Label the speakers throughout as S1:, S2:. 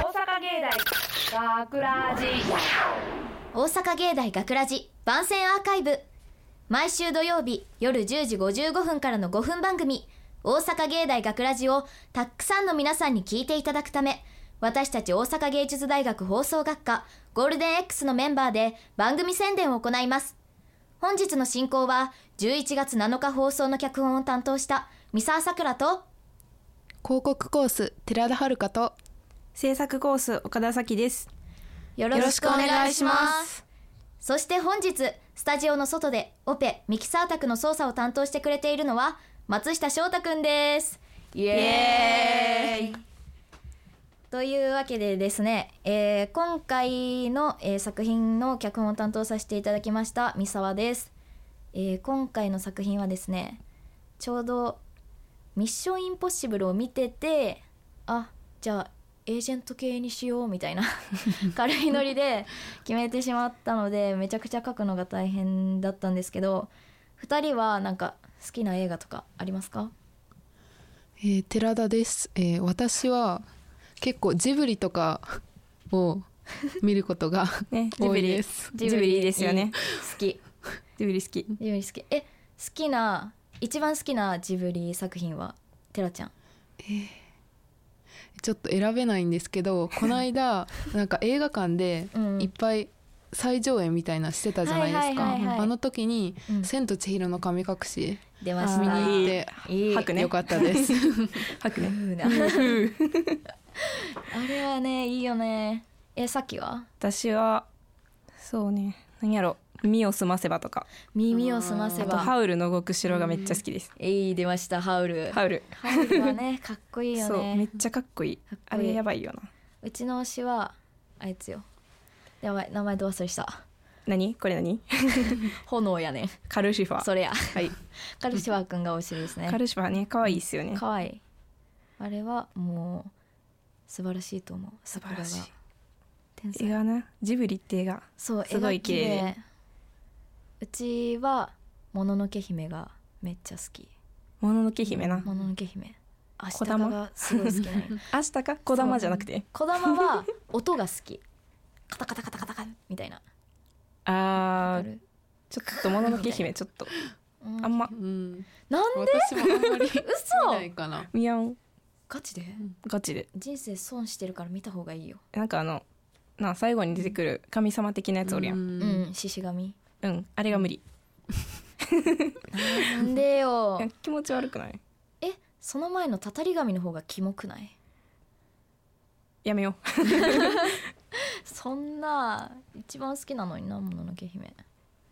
S1: 大学ラジ
S2: 大阪芸大学ラジ番宣アーカイブ毎週土曜日夜10時55分からの5分番組「大阪芸大学ラジをたくさんの皆さんに聞いていただくため私たち大阪芸術大学放送学科ゴールデン X のメンバーで番組宣伝を行います本日の進行は11月7日放送の脚本を担当した三沢さくらと
S3: 広告コース寺田遥と
S4: 制作コース岡田咲です
S2: よ
S3: ろしくお願いします
S2: そして本日スタジオの外でオペミキサー宅の操作を担当してくれているのは松下翔太くんですイエーイというわけでですね、えー今回の、えー作品の脚本を担当させていただきました三沢です、えー今回の作品はですねちょうど「ミッションインポッシブル」を見ててあじゃあエージェント系にしようみたいな 軽いノリで決めてしまったのでめちゃくちゃ書くのが大変だったんですけど2人はなんか好きな映画とかありますか
S3: えー寺田です、えー私は結構ジブリとかを見ることが
S4: ねジ
S3: 多
S4: ブ
S3: い
S4: リ
S3: です
S4: ジブリいいですよね
S2: 好き
S4: ジブリ好き
S2: ジブリ好きえ好きな一番好きなジブリ作品はテラちゃん
S3: ちょっと選べないんですけどこの間なんか映画館で
S2: うん
S3: いっぱい再上映みたいなしてたじゃないです
S2: はいはいはいはい
S3: かあの時に
S2: う
S3: 「
S2: ん
S3: 千と千尋の神隠し
S2: 出まし」
S4: あ
S3: 見に
S2: た
S3: 行
S4: ー
S3: って
S2: いい
S4: 吐くね
S3: よかったです
S4: 吐くね
S2: うなあれはねいいよねえさっきは
S4: 私はそうね何やろ耳を澄ませばとか
S2: 耳を澄ませ
S4: あと
S2: ば
S4: ハウルの動く城がめっちゃ好きです
S2: えい出ましたハウル
S4: ハウル
S2: ハウルはねかっこいいよ
S4: そうめ
S2: ね
S4: っちゃかっこいい
S2: かっこ
S4: あ
S2: いい
S4: れやばいよな
S2: うちの推しはあいつよやばい名前どう忘れした
S4: 何これ何
S2: 炎やねん
S4: カルシファー
S2: それや
S4: はい
S2: カルシファーくんが推しですね
S4: カルシファーね可愛いですよね
S2: かわいいあれはもう素晴らしいと思う
S4: 素晴らし
S2: 桜
S4: い
S2: が天
S4: 映
S2: 才
S4: 画なジブリって映画
S2: そう
S4: すごい綺麗
S2: 絵がうちはもののけ姫がめっちゃ好き
S4: もののけ姫な
S2: もののけ姫あし
S4: 小
S2: た
S4: 玉
S2: がすごい好き なのよ
S4: 明日か小玉じゃなくて
S2: 小玉は音が好きカタカタカタカタカタみたいな
S4: あ
S2: わか
S4: ー
S2: る
S4: ちょっともののけ姫ちょっと
S2: うん
S4: あんま
S3: うん
S2: なん
S3: 私もあん まり見な
S2: 嘘
S3: いかな
S4: ミヤン
S2: ガチで
S4: ガチで
S2: 人生損してるから見た方がいいよ
S4: なんかあのなあ最後に出てくる神様的なやつおるやん
S2: う
S3: うん
S2: ん獅子神
S4: うん、あれが無理
S2: なんでよ
S4: いや気持ち悪くない
S2: えその前のたたり神の方がキモくない
S4: やめよう
S2: そんな一番好きなのになもののけ姫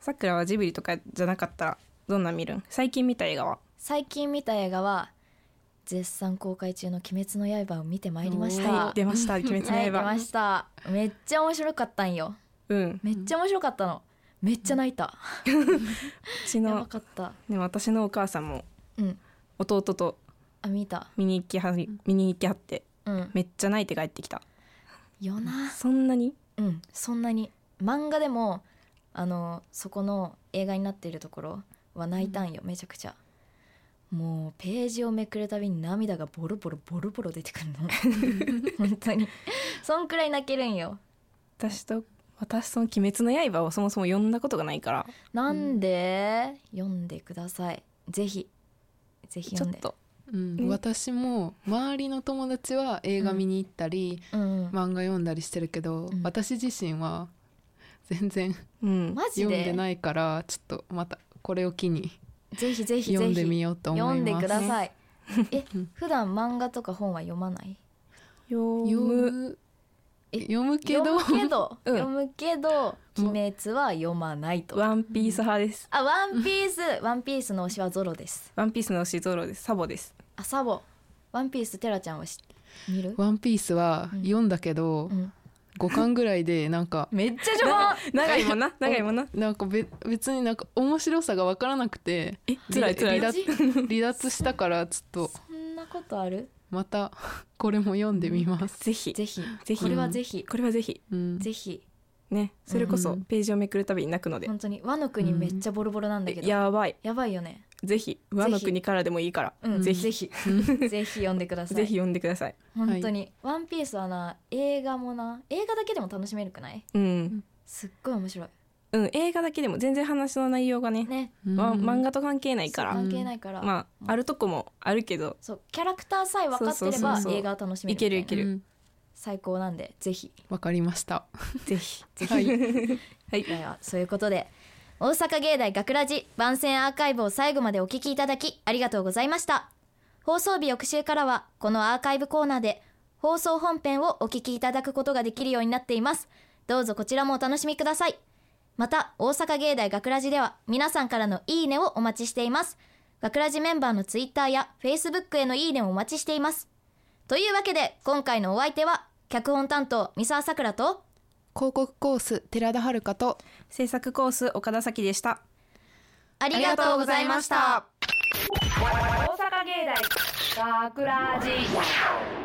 S4: さくらはジブリとかじゃなかったらどんなん見るん最近見た映画は
S2: 最近見た映画は絶賛公開中の「鬼滅の刃」を見てまいりまし
S3: おー
S2: た
S4: 出 ました「鬼滅の
S2: はい出
S4: 刃」
S2: ましためっちゃ面白かったんよ
S4: うん
S2: めっちゃ面白かったのめっちゃ泣いた、
S4: うち
S2: やば
S4: の
S2: かった
S4: でも私のお母さんも
S2: うん
S4: 弟と
S2: あ見た
S4: 見に行きはり見に行きはって
S2: うん
S4: めっちゃ泣いて帰ってきた
S2: よな
S4: そんなに
S2: うんそんなに漫画でもあのそこの映画になっているところは泣いたんよ、めちゃくちゃもうページをめくるたびに涙がボロボロボロボロ出てくる の本当にそんくらい泣けるんよ
S4: 私と私その「鬼滅の刃」をそもそも読んだことがないから
S2: なんで、読んでくださいぜひぜひ
S4: ちょ
S2: 読ん
S4: っ
S2: で
S4: と
S3: うん、私も周りの友達は映画見に行ったり、
S2: うん、
S3: 漫画読んだりしてるけど、
S2: うん
S3: 私自身は全然
S4: うん
S2: マジ
S3: 読んで
S2: で
S3: ないからちょっとまたこれを機に
S2: ぜひぜひぜひ
S3: 読んでみようと思い
S2: 読ん
S3: ます
S2: でください え普段漫画とか本は読まない
S4: 読
S3: 読
S4: む
S3: む
S2: え
S3: 読むけ
S2: 読
S3: ど
S2: むけど、
S4: うん
S2: 読むけど「鬼
S3: もう
S2: 滅」は読まない
S4: 「
S2: と
S4: ワンピース派です
S2: あワンピースワンピースの推しはゾロです
S4: 「ワンピースの推しゾロですサボです
S2: あサボワンピーステラちゃんは知見る、
S3: ワンピースは
S2: うん
S3: 読んだけど、
S2: うん、
S3: 五巻ぐらいでなんか
S2: めっちゃ序盤
S4: 長いもんな長いもんな
S3: なんかべ別になんか面白さが分からなくて
S4: え辛い辛い
S3: 離脱離脱したからちょっと
S2: そんなことある
S3: またこれも読んでみます。
S4: ぜひ
S2: ぜひ
S4: ぜひ
S2: これはぜひ
S4: これはぜひ
S3: うん、
S2: ぜひ
S4: ねそれこ
S3: う
S4: そ
S3: ん
S4: ページをめくるたびに泣くので、
S2: 本当に和の国めっちゃボロボロなんだけ
S4: え
S2: ど、
S4: やばい
S2: やばいよね
S4: ぜひ和の国からでもいいから、
S2: うん
S4: ぜ
S2: ぜ
S4: ひ
S2: ひぜひ読んでください
S4: ぜひ読んでください。
S2: 本当に、ワンピースはな映画もな映画だけでも楽しめるくない
S4: うん、
S2: すっごい面白
S4: うん、映画だけでも全然話の内容がね
S2: い、ね
S4: わ漫
S3: 画
S4: 画と関係ないから、
S2: 関係ないから、
S4: まああるとこもあるけど、
S2: そうキャラクターさえ分かってれ
S4: そうそう
S2: ば
S4: そうそう
S2: 映画は楽しめる
S4: いけるいけ
S2: みたな
S4: る、
S2: 最高なんでぜひ
S3: わかりました。
S4: ぜひぜひ、
S3: はい
S4: はい
S2: ではそういうことで大阪芸大学ラジ番宣アーカイブを最後までお聞きいただきありがとうございました放送日翌週からはこのアーカイブコーナーで放送本編をお聞きいただくことができるようになっていますどうぞこちらもお楽しみくださいまた大阪芸大学ラジでは皆さんからのいいねをお待ちしています学ラジメンバーのツイッターやフェイスブックへのいいねもお待ちしていますというわけで今回のお相手は脚本担当三沢さくらと
S3: 広告コース寺田遥と
S4: 制作コース岡田咲でした。
S2: あ
S4: あ
S2: りがとうございました。
S1: 大阪芸大学ラジ